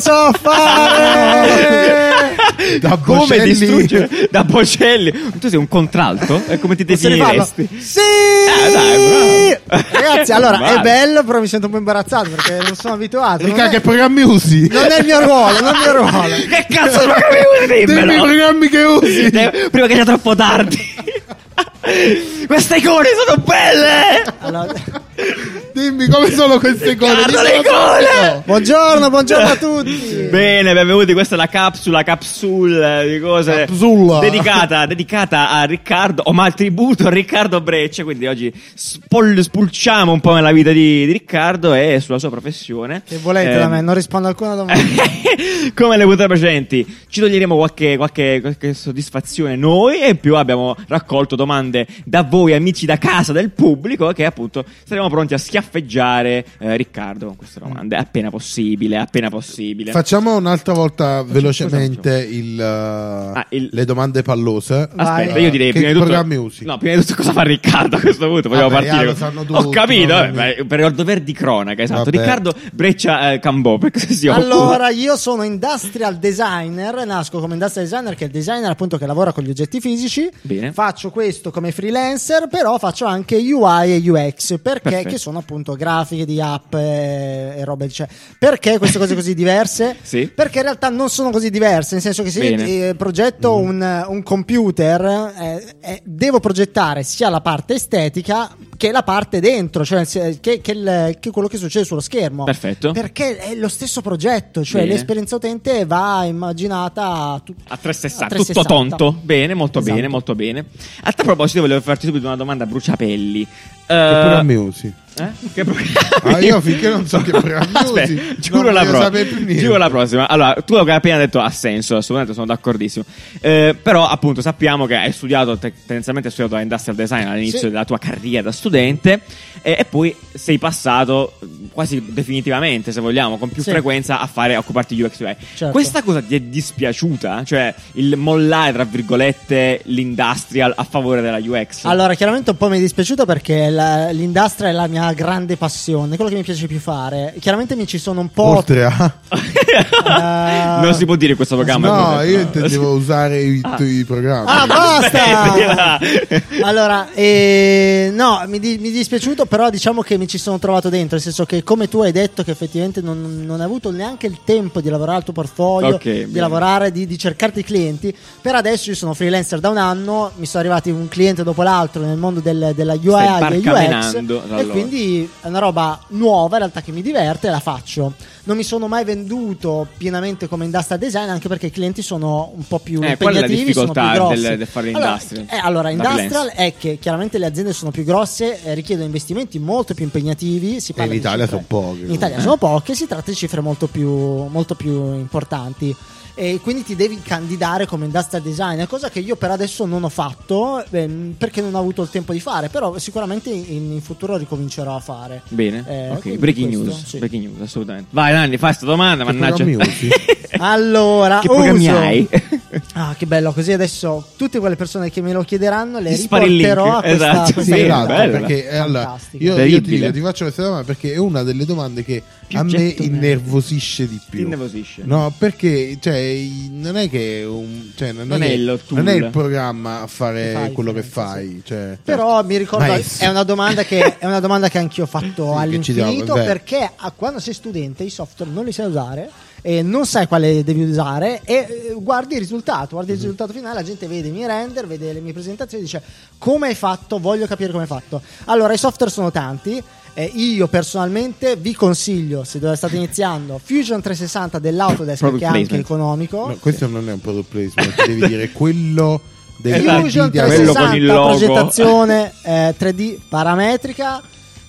so fare! da Come Bocelli. distruggere da Bocelli? Tu sei un contralto? E come ti Se ne parlo. definiresti? Sì! Eh, dai, bravo. Ragazzi, allora, è Vale. bello, però mi sento un po' imbarazzato perché non sono abituato. Non Ricca, che è, programmi usi? non è il mio ruolo, non è il mio ruolo. Che cazzo non capivo Dimmi i dimmelo? programmi che usi! Eh, Prima che sia troppo tardi. Queste icone sono belle! Allora, Dimmi come sono queste cose! Guarda Dimmelo le gole! subito. buongiorno, buongiorno a tutti. Bene, benvenuti. Questa è la capsula, capsule di cose Capsulla. dedicata, dedicata a Riccardo, o mal tributo a Riccardo Breccia. Quindi oggi spol- spulciamo un po' nella vita di, di Riccardo e sulla sua professione. Che volete Eh, da me? Non rispondo a alcuna domanda. Come le puntate precedenti, ci toglieremo qualche, qualche- qualche soddisfazione noi e in più abbiamo raccolto domande da voi, amici da casa, del pubblico, che appunto saremo pronti a schiaffeggiare eh, Riccardo con queste domande, appena possibile, appena possibile. Facciamo un'altra volta velocemente cosa il, eh, Ah, il- Ah, le domande pallose. Aspetta, Vai. io direi Che prima di tutto programmi usi? No, prima di tutto cosa fa Riccardo a questo punto? Vogliamo Vabbè, partire. ah, lo con- sanno Ho tutti, capito, mamma eh, mia. beh, per il dover di cronaca, esatto. Vabbè. Riccardo Breccia eh, Cambò, perché se si occupa- Allora, io sono industrial designer, nasco come industrial designer, che è il designer appunto che lavora con gli oggetti fisici. Bene. Faccio questo come freelancer, però faccio anche UI e UX, perché Perfetto. che sono appunto grafiche di app eh, e, robe cioè, Perché queste cose così diverse? Sì. Perché in realtà non sono così diverse, nel senso che se io Bene. Mm. eh, progetto un, eh, un computer, eh, eh, devo progettare sia la parte estetica che la parte dentro, cioè se- che, che il- che quello che succede sullo schermo. Perfetto. Perché è lo stesso progetto, cioè Bene. l'esperienza utente va immaginata a, tut- A 360, a tutto 360. tonto. Bene, molto Esatto. bene, molto bene. A tal proposito, volevo farti subito una domanda a bruciapelli. Che programmi Eh, usi? eh? Che programmi? Ah, io finché non so che programmi Aspetta, usi, giuro non la voglio prossima. sapere più niente. Giuro la prossima. Allora, tu hai appena detto ha senso, assolutamente sono d'accordissimo. Eh, però, appunto, sappiamo che hai studiato, te- tendenzialmente hai studiato industrial design all'inizio Sì. della tua carriera da studente eh, e poi sei passato quasi definitivamente, se vogliamo, con più Sì. frequenza a fare a occuparti di UX UI. Certo. Questa cosa ti è dispiaciuta? Cioè, il mollare, tra virgolette, l'industrial a favore della UX? Allora, chiaramente un po' mi è dispiaciuto perché la- l'industria è la mia grande passione, quello che mi piace più fare. Chiaramente mi ci sono un po'. Oltre a... eh, non si può dire in questo eh, programma. No, io intendevo intendevo usare i, i programmi. Ah, basta! Smettila! Allora, eh, no, mi, di- mi è dispiaciuto, però diciamo che mi ci sono trovato dentro, nel senso che come tu hai detto che effettivamente non, non hai avuto neanche il tempo di lavorare al tuo portfolio, Ok, di bene. lavorare, di, di cercarti clienti, per adesso io sono freelancer da un anno, mi sono arrivati un cliente dopo l'altro nel mondo del- della UI e UX barcamenando da e allora. quindi è una roba nuova in realtà che mi diverte e la faccio. Non mi sono mai venduto pienamente come industrial design anche perché i clienti sono un po' più Eh, qual è la impegnativi, sono più difficoltà grossi. del- del fare Allora, industrial? eh, allora, Da industrial freelance. è che chiaramente le aziende sono più grosse, eh, richiedono investimenti molto più impegnativi. Si E parla in di Italia cifre- sono pochi. In Italia sono poche, si tratta di cifre molto più, molto più importanti. E quindi ti devi candidare come industrial designer, cosa che io per adesso non ho fatto ehm, perché non ho avuto il tempo di fare, però sicuramente in, in futuro ricomincerò a fare. Bene, Eh, ok, quindi breaking questo, news, sì. breaking news, assolutamente. Vai Nanni, fai sta domanda, Che mannaggia. programmi usi? Allora, che programmi uso- hai? Ah, che bello, così adesso tutte quelle persone che me lo chiederanno le Ti spari il riporterò a link, questa, esatto, a questa sì, puntata. bella. perché eh, allora, Fantastico. io, io ti, Terribile. dico, ti faccio questa domanda perché è una delle domande che Più a me gettonate. innervosisce di Ti più. innervosisce. No, perché cioè, i- non è che è un- cioè, non, Non è è che- il tool. non è il programma a fare Fai, quello che sì. fai. Cioè, Però mi ricordo, Nice. è una domanda che, è una domanda che anch'io ho fatto Sì, che ci diamo, all'infinito beh. perché ah, quando sei studente i software non li sai usare e non sai quale devi usare e eh, guardi il risultato, guardi il Mhm. risultato finale, la gente vede i miei render, vede le mie presentazioni e dice come hai fatto, voglio capire come hai fatto. Allora i software sono tanti. eh, io personalmente vi consiglio, se dove state iniziando, Fusion 360 dell'Autodesk Product che è anche placement. economico. no, questo non è un product placement, devi dire quello del Esatto. Fusion video- quello con 360, il logo. progettazione eh, 3D parametrica,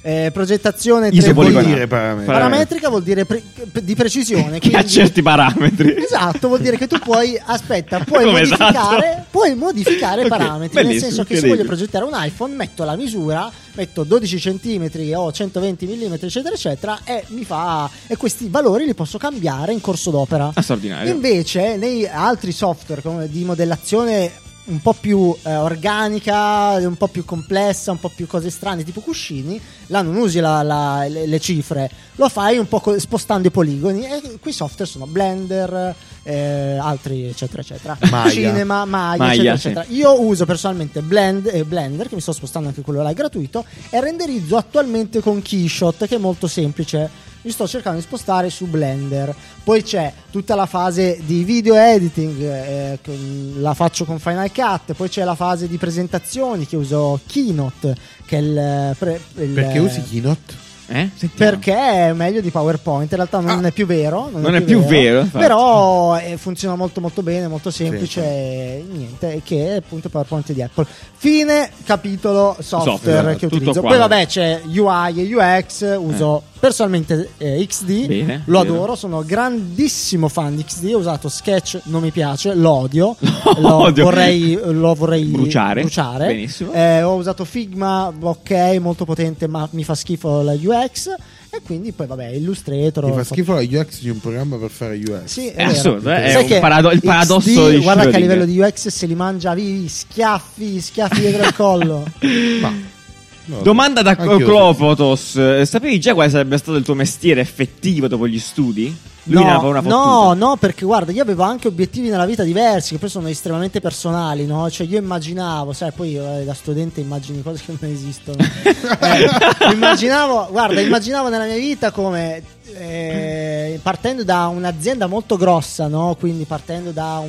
eh, progettazione Che vuol 3D Isopoligonale. dire parametri? Parametri. parametrica vuol dire pre- di precisione. che ha quindi- certi parametri. Esatto, vuol dire che tu puoi, aspetta, puoi Come modificare, esatto? puoi modificare i Ok, parametri, nel bellissimo, senso che se voglio incredibile. progettare un iPhone metto la misura, metto 12 cm o 120 mm eccetera eccetera e mi fa e questi valori li posso cambiare in corso d'opera. Ah, straordinario. Invece, nei altri software come di modellazione un po' più eh, organica, un po' più complessa, un po' più cose strane, tipo cuscini, là non usi la- la- le, le cifre, lo fai un po' co- spostando i poligoni e qui i software sono Blender, eh, altri eccetera eccetera, Maya. Cinema, Maya, Maya, eccetera sì. eccetera. Io uso personalmente Blend- eh, Blender, che mi sto spostando anche quello là è gratuito, e renderizzo attualmente con Keyshot, che è molto semplice. Mi sto cercando di spostare su Blender. Poi c'è tutta la fase di video editing, eh, con- la faccio con Final Cut. Poi c'è la fase di presentazioni che uso Keynote, che è il. eh, pre- il- Perché usi Keynote? Eh? Sentiamo. perché è meglio di PowerPoint, in realtà non Ah. è più vero. Non, Non è più vero, infatti. però eh, funziona molto molto bene, molto semplice Sì. e niente, e che è appunto il PowerPoint di Apple. Fine capitolo software, Software, che tutto utilizzo. qua. Poi vabbè c'è UI e UX, uso personalmente eh, XD, Bene, lo bene. adoro, sono grandissimo fan di XD, ho usato Sketch, non mi piace, lo odio, lo, odio. Vorrei, lo vorrei Bruciare. Benissimo. eh, ho usato Figma, ok, molto potente, ma mi fa schifo la UX. E quindi poi, vabbè, Illustrator. Mi fa ho fatto- schifo la UX di un programma per fare UX. Sì, è È vero. assurdo, eh, è Sai un che parado- il XD, paradosso di Guarda che a Schrödinger. livello di UX se li mangia vivi, schiaffi, schiaffi dietro il collo. eh. Ma- no, Domanda da anch'io- Clopotos. Eh, Sapevi già quale sarebbe stato il tuo mestiere effettivo dopo gli studi? Lui ne aveva una fottuta. no, no, perché guarda, io avevo anche obiettivi nella vita diversi, che poi sono estremamente personali, no? Cioè, io immaginavo, sai, poi eh, da studente immagini cose che non esistono. Eh, immaginavo, guarda, immaginavo nella mia vita come eh, partendo da un'azienda molto grossa, no? Quindi partendo da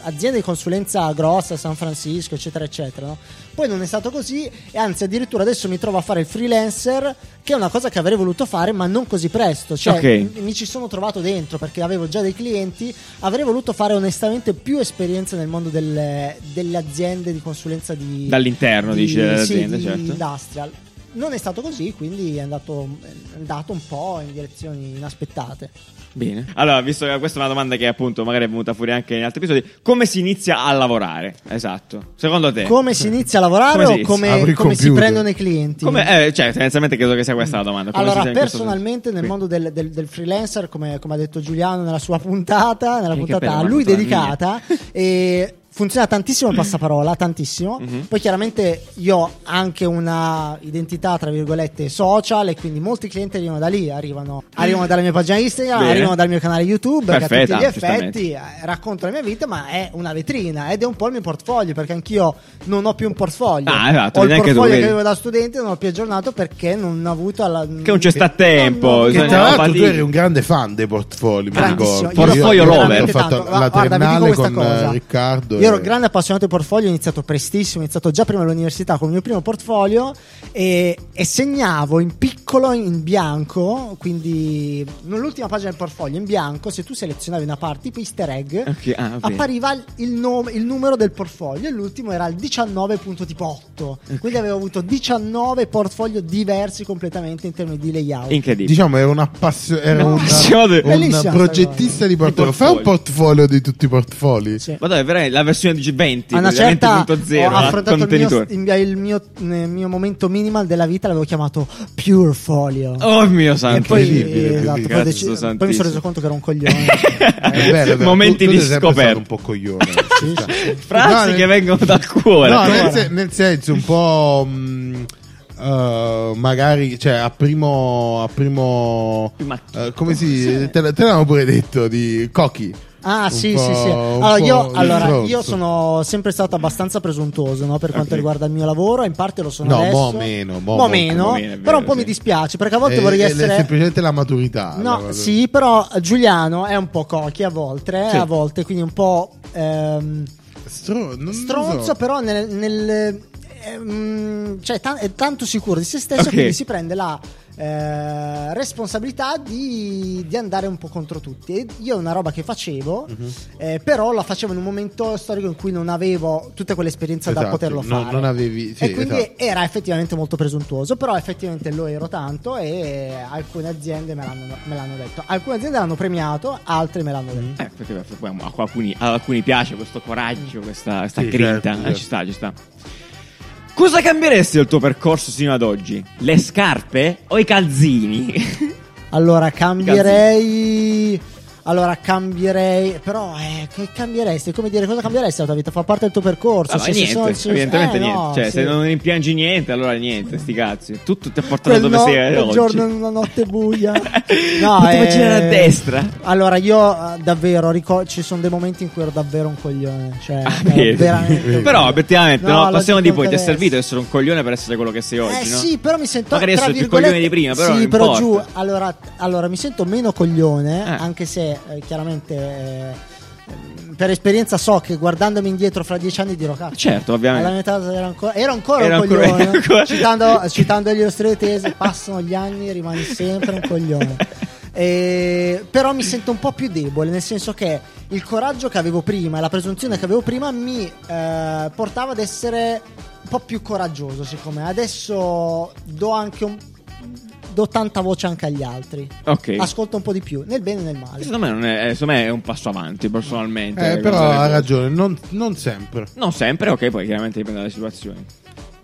un'azienda di consulenza grossa, San Francisco, eccetera, eccetera, no? Poi non è stato così e anzi addirittura adesso mi trovo a fare il freelancer, che è una cosa che avrei voluto fare ma non così presto, cioè Ok. mi- mi ci sono trovato dentro perché avevo già dei clienti, avrei voluto fare onestamente più esperienza nel mondo delle, delle aziende di consulenza di... Dall'interno, di- dici, dell'azienda, sì, di certo. industrial. Non è stato così, quindi è andato, è andato un po' in direzioni inaspettate. Bene. Allora, visto che questa è una domanda che appunto magari è venuta fuori anche in altri episodi, come si inizia a lavorare? Esatto. Secondo te? Come si inizia a lavorare Come si o inizia? come, Apri il come si computer. prendono i clienti? Come- eh, cioè, tendenzialmente credo che sia questa la domanda. Come si allora, sia in questo personalmente senso? nel Qui. mondo del, del- del freelancer, come, come ha detto Giuliano nella sua puntata, nella Che puntata bella a lui puntata dedicata, e funziona tantissimo il passaparola, tantissimo. Mhm. Poi chiaramente io ho anche una identità, tra virgolette, social e quindi molti clienti arrivano da lì, arrivano, arrivano dalla mia pagina Instagram, Bene. arrivano dal mio canale YouTube, perché a Perfetto, tutti gli giustamente. effetti eh, racconto la mia vita, ma è una vetrina ed è un po' il mio portfolio, perché anch'io non ho più un portfoglio. Ah, esatto, ho il neanche tu, portfolio che vedi. avevo da studente, non l'ho più aggiornato perché non ho avuto alla, Che non c'è sta che- tempo, no, no, Che bisogna- tra l'altro Patini. tu eri un grande fan dei portfoli, mi Grandissimo. ricordo. Io Portfolio ero Rover. veramente Ho fatto tanto. Guarda, la vi dico triennale questa con cosa. eh, Riccardo. Io ero e- grande appassionato di portfolio, ho iniziato prestissimo, ho iniziato già prima all'università con il mio primo portfolio e, e segnavo in piccolo, in bianco, quindi non l'ultima pagina del portfolio, in bianco, se tu selezionavi una parte tipo easter egg, Ok, ah, va bene. appariva il, nome- il numero del portfolio e l'ultimo era il 19.8, quindi avevo avuto 19 portfolio diversi completamente in termini di layout. Incredibile. Diciamo, era un appassio- era No, un, appassionato. Bellissima un sta progettista di portfolio. Di Fai un portfolio. portfolio di tutti i portfoli. Sì. Ma dai, veramente la versione di 20, a una certa 20.0, ho affrontato il mio, eh, contenitore. il mio- il mio- il mio momento minimal della vita l'avevo chiamato Pure Folio Oh mio e santo. poi, incredibile, esatto, poi incredibile. deci- Cazzo poi mi santissimo. sono reso conto che ero un coglione È bello, è bello. Momenti Eh, Tu- tu di sei sempre stato scoperta. un po' coglione. Sì, Ci sta. Frasi No, nel- che vengono dal cuore. No, Allora. nel, se- nel senso un po'. mh, eh, magari cioè a primo a primo Prima- eh, come si te, te l'avevo pure detto di Cochi Ah, Un sì, po'- sì, sì. un Allora, io, po' allora, stronzo. io sono sempre stato abbastanza presuntuoso no, per quanto Ok. riguarda il mio lavoro, in parte lo sono No, adesso. mo' meno, mo' molto meno, meno, è vero, però un po' sì. mi dispiace perché a volte Eh, vorrei è essere semplicemente la maturità No, la maturità. sì, però Giuliano è un po' cochi a volte, eh, Sì. a volte, quindi un po' ehm, Stro- non lo stronzo, so. però nel... nel- ehm, cioè, ta- è tanto sicuro di se stesso, Ok. quindi si prende la eh, responsabilità di, di andare un po' contro tutti. E io è una roba che facevo, Mhm. eh, però la facevo in un momento storico in cui non avevo tutta quell'esperienza da Esatto, poterlo non- fare. non avevi- sì, e quindi esatto. era effettivamente molto presuntuoso, però effettivamente lo ero tanto e alcune aziende me l'hanno, me l'hanno detto. Alcune aziende l'hanno premiato, altre me l'hanno detto. Eh, perché poi a alcuni, ad alcuni piace questo coraggio, questa, questa Sì, grinta. certo, Eh, ci sta, ci sta. Cosa cambieresti del tuo percorso sino ad oggi? Le scarpe o i calzini? Allora cambierei... Allora cambierei, però eh, che cambieresti? Come dire, cosa cambieresti la tua vita? Fa parte del tuo percorso. cioè, Ah, ma se- se niente, sono- se- evidentemente eh, niente. no, cioè, sì. se non rimpiangi niente, allora niente, sti cazzi. Tutto ti ha portato Quel dove no- sei quel oggi. giorno in una notte buia. No, Potevo eh, girare a destra. Allora, io eh, davvero ricor- ci sono dei momenti in cui ero davvero un coglione. Cioè, Ah, ero vedi. veramente un Però coglione. obiettivamente No, no, lo passiamo di dico poi ti è adesso. servito essere un coglione per essere quello che sei oggi, eh no? sì, però mi sento Magari tra adesso più virgolette- coglione di prima, però Sì, non però giù, importa. allora, allora mi sento meno coglione, Eh. anche se eh, chiaramente eh, per esperienza so che guardandomi indietro fra dieci anni dirò cazzo. Certo, Alla ovviamente. metà era ancora, era ancora Era un ancora- coglione. era ancora- Citando, citando gli ostriotesi, passano gli anni, rimani sempre un coglione. E- però mi sento un po' più debole, nel senso che il coraggio che avevo prima, la presunzione che avevo prima mi eh, portava ad essere un po' più coraggioso, siccome adesso do anche un do tanta voce anche agli altri. Ok. Ascolto un po' di più, nel bene e nel male. Secondo me, non è, eh, secondo me è un passo avanti, personalmente. Eh, Eh, però guardare- ha ragione, non, non sempre. Non sempre, ok, poi chiaramente dipende dalle situazioni.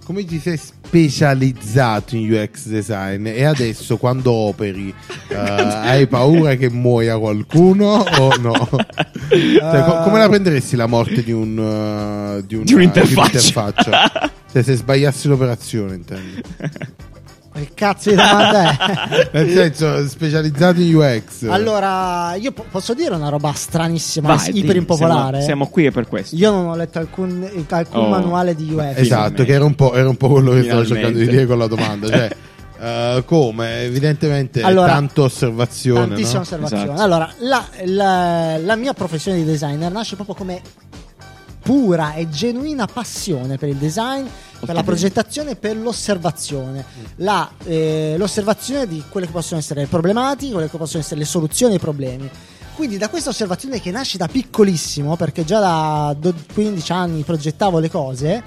Come ti sei specializzato in UX design e adesso quando operi eh, hai paura che muoia qualcuno o no? Cioè, co- come la prenderesti la morte di un eh, di, una- Di un'interfaccia. un'interfaccia? Cioè, se sbagliassi l'operazione, intendo. Che cazzo di domanda è? Eh. Nel senso, specializzato in UX. Allora, io po- posso dire una roba stranissima, Vai, is- dimmi, iperimpopolare. Siamo, siamo qui e per questo. Io non ho letto alcun, eh, alcun Oh. manuale di UX. Esatto, che era un, po', era un po' quello che stavo Finalmente. cercando di dire con la domanda. Cioè, eh, come? Evidentemente, Allora, tanto osservazione. Tantissima no? osservazione. Esatto. Allora, la, la- la mia professione di designer nasce proprio come pura e genuina passione per il design, per la bene. progettazione e per l'osservazione. La, eh, l'osservazione di quelle che possono essere le problematiche, quelle che possono essere le soluzioni ai problemi. Quindi da questa osservazione che nasce da piccolissimo, perché già da do- 15 anni progettavo le cose,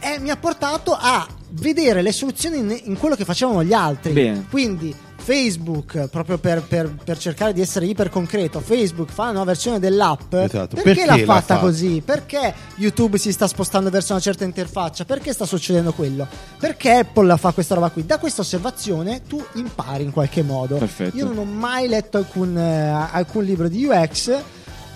eh, mi ha portato a vedere le soluzioni in, in quello che facevano gli altri. Bene. Quindi Facebook, proprio per, per- per cercare di essere iper concreto, Facebook fa una nuova versione dell'app. Esatto. Perché, Perché l'ha l'ha fatta fatta? così? Perché YouTube si sta spostando verso una certa interfaccia? Perché sta succedendo quello? Perché Apple fa questa roba qui? Da questa osservazione tu impari in qualche modo. Perfetto. Io non ho mai letto alcun, eh, alcun libro di UX.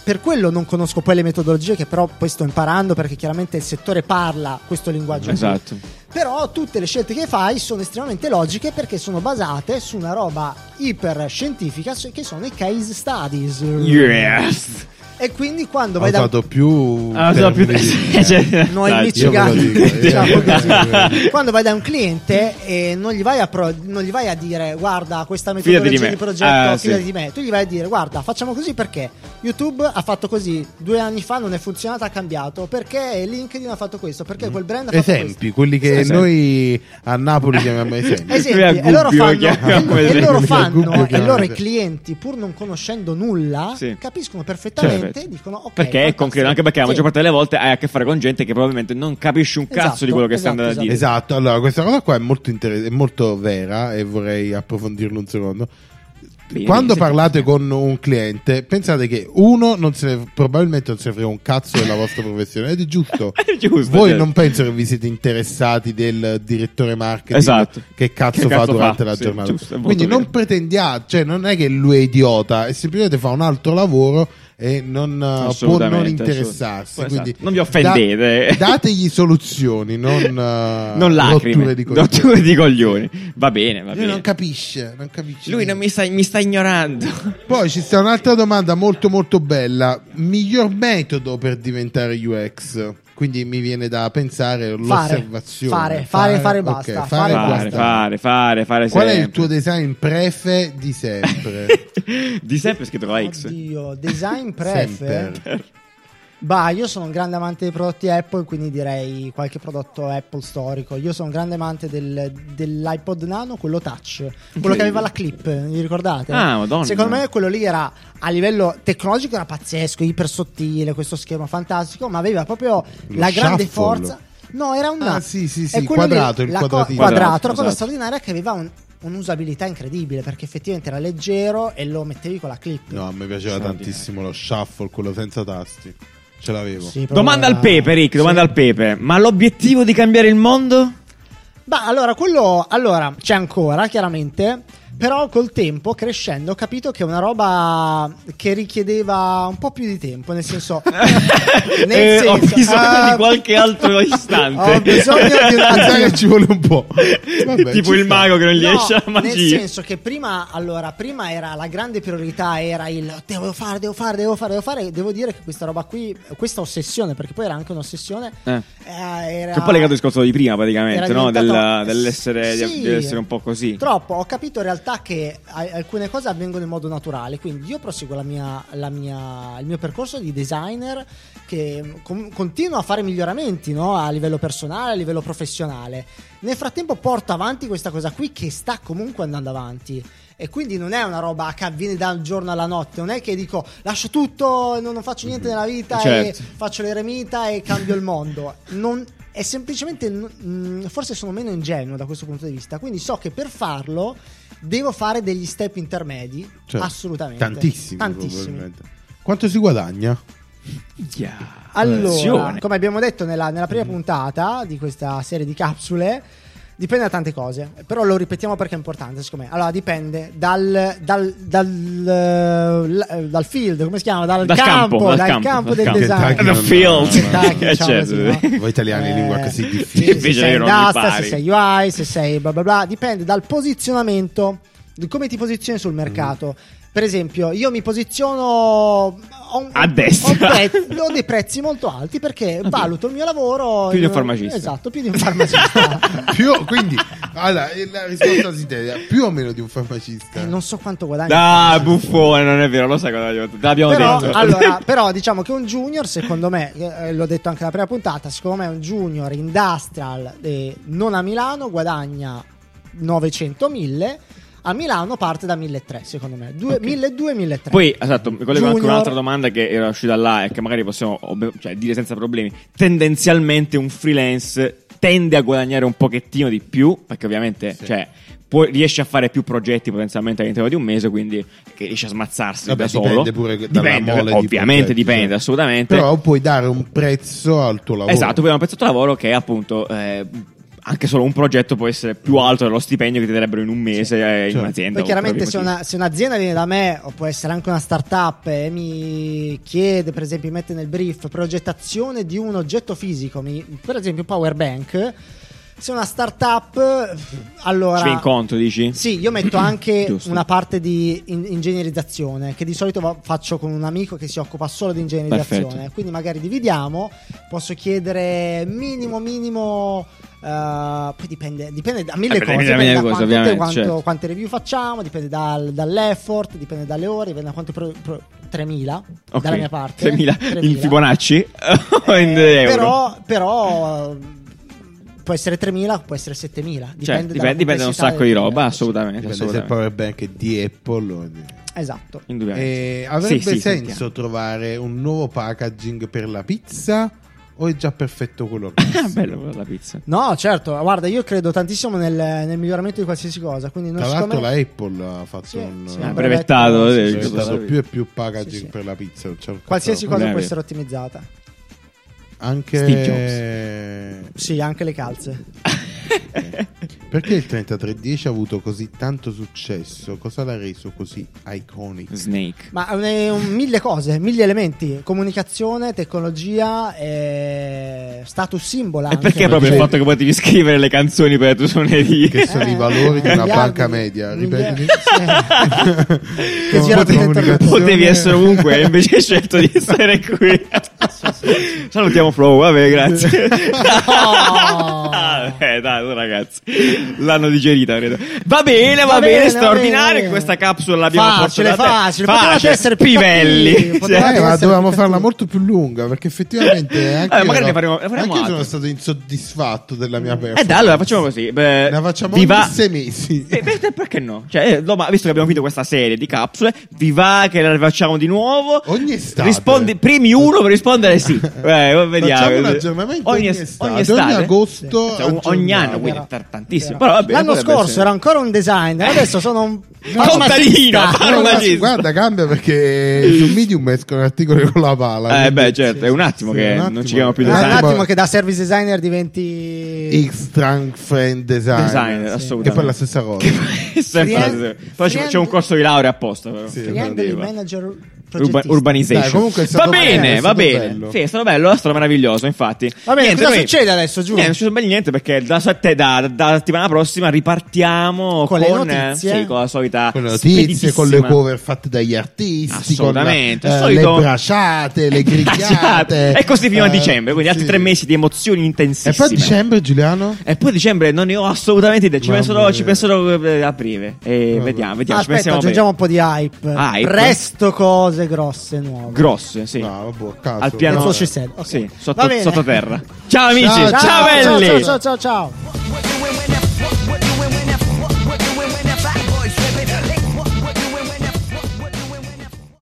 Per quello non conosco poi le metodologie che però poi sto imparando perché chiaramente il settore parla questo linguaggio. qui. Esatto. Però tutte le scelte che fai sono estremamente logiche perché sono basate su una roba iper scientifica su- che sono i case studies. Yes. E quindi Ho quando vai da... usato più. Ah, so più- termini di- cioè, Noi dai, io ve lo dico, Michigan, io- diciamo io- così. quando vai da un cliente e non gli vai a, pro- non gli vai a dire guarda questa Fidati di metodologia di, me. progetto, Ah, fidati sì. di me, tu gli vai a dire guarda facciamo così perché YouTube ha fatto così due anni fa non è funzionato, ha cambiato, perché LinkedIn ha fatto questo, perché Mm. quel brand ha fatto questo. Esempi, quelli che Sì, sì. noi a Napoli chiamiamo esempi. Esempi, Lui ha e loro Gubbio, fanno, chiama- e loro fanno- Gubbio, e loro i chiaramente. clienti, pur non conoscendo nulla, Sì. capiscono perfettamente Certo. e dicono: Ok, perché è fantastico". concreto, anche perché la Sì. maggior parte delle volte hai a che fare con gente che probabilmente non capisce un cazzo Esatto, di quello che sta esatto, andando a dire. Esatto, allora questa cosa qua è molto, inter- è molto vera e vorrei approfondirlo un secondo. Bene, Quando senti- parlate con un cliente, pensate che uno non se ne- probabilmente non se ne frega un cazzo della vostra professione ed è giusto. È giusto, Voi certo. non penso che vi siete interessati del direttore marketing Esatto. che cazzo Che fa cazzo fa, durante la sì, giornata. giusto, è molto Quindi non vero. pretendiate, cioè non è che lui è idiota, è semplicemente fa un altro lavoro e non eh, può non Assolutamente, assolutamente. interessarsi. Quindi Esatto. Non vi offendete. da- dategli soluzioni, non, eh, non lacrime, rotture di coglioni. rotture di coglioni. Va bene, va Lui bene. non capisce, non capisce. Lui non niente. mi sta, mi sta ignorando. Poi ci sta un'altra domanda molto molto bella. Miglior metodo per diventare UX? Quindi mi viene da pensare l'osservazione. fare, fare, fare, ok, basta, fare, fare, Fare, basta. fare, fare, fare Qual è il sempre. tuo design prefe di sempre? Di sempre è scritto con la X. Oddio, design pref. sempre. Bah, io sono un grande amante dei prodotti Apple, quindi direi qualche prodotto Apple storico. Io sono un grande amante del- dell'iPod Nano, quello touch, quello che aveva la clip, vi ricordate? Ah, madonna. Secondo me quello lì era a livello tecnologico era pazzesco, iper sottile, questo schermo fantastico, ma aveva proprio Lo la grande shuffle. forza. No, era un Ah, sì, sì, sì, è quello quadrato, il la co- quadratino. quadrato, la Quadrato, cosa esatto. straordinaria è che aveva un- un'usabilità incredibile perché effettivamente era leggero e lo mettevi con la clip. No, a me piaceva tantissimo lo shuffle, quello senza tasti. Ce l'avevo. Sì, proprio Domanda al era- Pepe, Rick, domanda Sì. al Pepe. Ma l'obiettivo di cambiare il mondo? Beh, allora, quello allora, c'è ancora, chiaramente. Però col tempo, crescendo, ho capito che è una roba che richiedeva un po' più di tempo, nel senso... nel Eh, ho senso, bisogno ah, di qualche altro istante. Ho bisogno di un Ah, sai che ci vuole un po'. tipo ci il sta. mago che non No, riesce a magia. Nel senso che prima, allora, prima era la grande priorità, era il devo fare, devo fare, devo fare, devo fare. Devo dire che questa roba qui, questa ossessione, perché poi era anche un'ossessione, Eh. eh, era... Che è un po' legato al discorso di prima, praticamente, era no? diventato- Del- dell'essere, di- Sì. dell'essere un po' così. Troppo, ho capito in realtà che a- alcune cose avvengono in modo naturale, quindi io proseguo la mia, la mia- il mio percorso di designer che mm, com- continua a fare miglioramenti no? a livello personale, a livello professionale. Nel frattempo porto avanti questa cosa qui che sta comunque andando avanti. E quindi non è una roba che avviene da un giorno alla notte, non è che dico lascio tutto, non, non faccio Mm-hmm. niente nella vita Certo. e faccio l'eremita e cambio il mondo. Non- è semplicemente, mm, forse sono meno ingenuo da questo punto di vista, quindi so che per farlo devo fare degli step intermedi, Cioè, assolutamente. Tantissimi, Tantissimi. probabilmente. Quanto si guadagna? Yeah. Allora, Attenzione. Mm-hmm. come abbiamo detto nella, nella prima puntata di questa serie di capsule, dipende da tante cose, però lo ripetiamo perché è importante, secondo me. Allora, dipende dal, dal, dal, eh, l- eh, dal field, come si chiama? Dal, Dal campo, campo, dal dal campo, campo, dal del campo. design. Kentucky The non- field. Kentucky, Eh, diciamo certo. così, no? Voi italiani, Eh, lingua così sì, difficile. se Difficile, sei io in non mi DASTA, pari. se sei UI, se sei bla bla bla, dipende dal posizionamento, di come ti posizioni sul mercato. Mm-hmm. Per esempio, io mi posiziono ho un- A destra. ho, pre- ho dei prezzi molto alti perché valuto il mio lavoro Più di un eh, farmacista. Esatto, più di un farmacista. Più, quindi, allora, la risposta si deve più o meno di un farmacista. Eh, non so quanto guadagno. Ah, buffone, non è vero, lo sai cosa abbiamo detto. L'abbiamo però, detto. allora, però diciamo che un junior, secondo me, eh, l'ho detto anche nella prima puntata, secondo me un junior industrial eh, non a Milano guadagna 900.000, a Milano parte da 1.300 secondo me, Due- 1.200, 1.300. Poi, esatto, mi collego anche Junior. un'altra domanda che era uscita là e che magari possiamo ob- cioè, dire senza problemi. Tendenzialmente un freelance tende a guadagnare un pochettino di più, perché ovviamente, Sì. cioè, puoi- riesce a fare più progetti potenzialmente all'interno di un mese, quindi che riesce a smazzarsi Vabbè, da solo. dipende pure dalla Dipende, mole di ovviamente progetti, dipende, sì. assolutamente. Certo. Però oh, puoi dare un prezzo al tuo lavoro. Esatto, poi è un pezzetto di lavoro che appunto eh, anche solo un progetto può essere più alto dello stipendio che ti darebbero in un mese eh, in Cioè, Poi un'azienda. o per chiaramente ovvi se, motivi. una- se un'azienda viene da me o può essere anche una startup e mi chiede, per esempio, mi mette nel brief progettazione di un oggetto fisico, mi- per esempio un power bank, se una startup allora Ci viene incontro, dici? Sì, io metto anche Giusto. una parte di in- ingegnerizzazione che di solito va- faccio con un amico che si occupa solo di ingegnerizzazione. Perfetto. Quindi magari dividiamo, posso chiedere minimo, minimo. eh, poi dipende, dipende da mille Eh, cose, dipende dipende, da mille da cose, quanto- ovviamente, quanto- certo. quante review facciamo, dipende dal- dall'effort, dipende dalle ore, dipende da quanto pro- pro- 3.000 Ok. dalla mia parte. 3.000, in 3.000. Fibonacci o in Eh, euro? Però, però, eh, può essere 3.000, può essere 7.000. Dipende, Cioè, dalla dipende, dipende da un complessità sacco di del roba, progetto, sì. assolutamente. Dipende se il assolutamente. power bank è di Apple o di- Esatto. Indubbiamente. Eh, avrebbe Sì, sì, senso sentiamo. trovare un nuovo packaging per la pizza o è già perfetto quello che Ah, bello quello della pizza. No, certo, guarda, io credo tantissimo nel, nel miglioramento di qualsiasi cosa, quindi non Tra l'altro siccome... la Apple ha fatto Sì, un sì, eh, ha brevettato, brevettato, sì, eh, sì, c'è sì, giusto. stato sì. più e più packaging Sì, sì. per la pizza. non c'è un certo cazzo. Qualsiasi cosa Bene. può essere ottimizzata. Steve Anche Sì, anche le calze. perché il 3310 ha avuto così tanto successo? Cosa l'ha reso così iconic? Snake. Ma è un- è un- mille cose, mille elementi, comunicazione, tecnologia, eh, status symbol E anche. perché proprio il Cioè- fatto che potevi scrivere le canzoni per le tue suonerie? Che sono i valori di una miliardi banca Eh, di- media, miliardi- ripetimi. Che si era Potevi- presentato- Potevi essere ovunque, Cioè, e invece hai scelto di essere qui. Salutiamo Flow, vabbè, grazie. No. Vabbè, Eh, dai, ragazzi, l'hanno digerita, credo. Va bene, va, Va bene, bene, va straordinario. bene. che Questa capsula l'abbiamo Facile, portata a te. facile, potevate essere più pivelli. cattivi, Cioè, potevate- Eh, ma essere dovevamo più farla cattivi. molto più lunga perché effettivamente anche Eh, io, magari ero- ne faremo- ne faremo anche io sono altre. stato insoddisfatto della mia Eh, performance. dai, allora facciamo così. Beh, La facciamo vi ogni va- sei mesi. Eh, beh, perché no? Cioè, eh, no, ma visto che abbiamo finito questa serie di capsule, vi va che la facciamo di nuovo? Ogni estate. Rispondi, premi uno per rispondere sì. Eh, vediamo. Facciamo un aggiornamento ogni, es- estate, ogni agosto Cioè, un- ogni anno, aggiornati. quindi Era- t- tantissimo. era- Però vabbè, L'anno potrebbe scorso essere. era ancora un designer, adesso sono un Contadino, farmacista. farmacista. Guarda, magista. guarda, cambia perché su Medium escono articoli con la pala. Eh, beh, quindi- certo, è un attimo Sì, che un non attimo. ci chiamiamo più Eh, Ah, un designer. attimo che da service designer diventi X Trunk Friend Design. Designer, Sì. assolutamente. Che poi è la stessa cosa. È sempre la Friend- stessa- Poi c'è- c'è un friend- corso di laurea apposta. però. Sì, Per Friendly dirlo. manager Urba- progettista. urbanization. Dai, comunque è va stato bene, bello, è va stato bene. bello. Sì, è stato bello, è stato meraviglioso, infatti. Va bene, Niente, cosa noi- succede adesso, Giù? Niente, non ci succede niente perché da, sette- da- da settimana prossima Con ripartiamo con, le notizie. sì, con la solita Con le notizie, con le speditissima- cover fatte dagli artisti, con la- Assolutamente, eh, al solito- le bracciate, le grigliate. e Esatto. così fino a eh, dicembre, quindi altri sì. tre mesi di emozioni E intensissime. poi a dicembre, Giuliano? E poi a dicembre non ne ho assolutamente idea. Ci Mamma penserò, mia. ci penserò eh, a aprile. E vediamo, vediamo. ci Aspetta, pensiamo bene. Ah, aggiungiamo un po' di hype. Hype. Presto cose grosse nuove. Grosse, sì. No, vabbè, a caso. Al piano That's what she said. Ok. Sì, Va sotto, bene. sottoterra. Ciao amici, ciao, Ciao, belli. ciao, ciao, ciao, ciao. What you doing when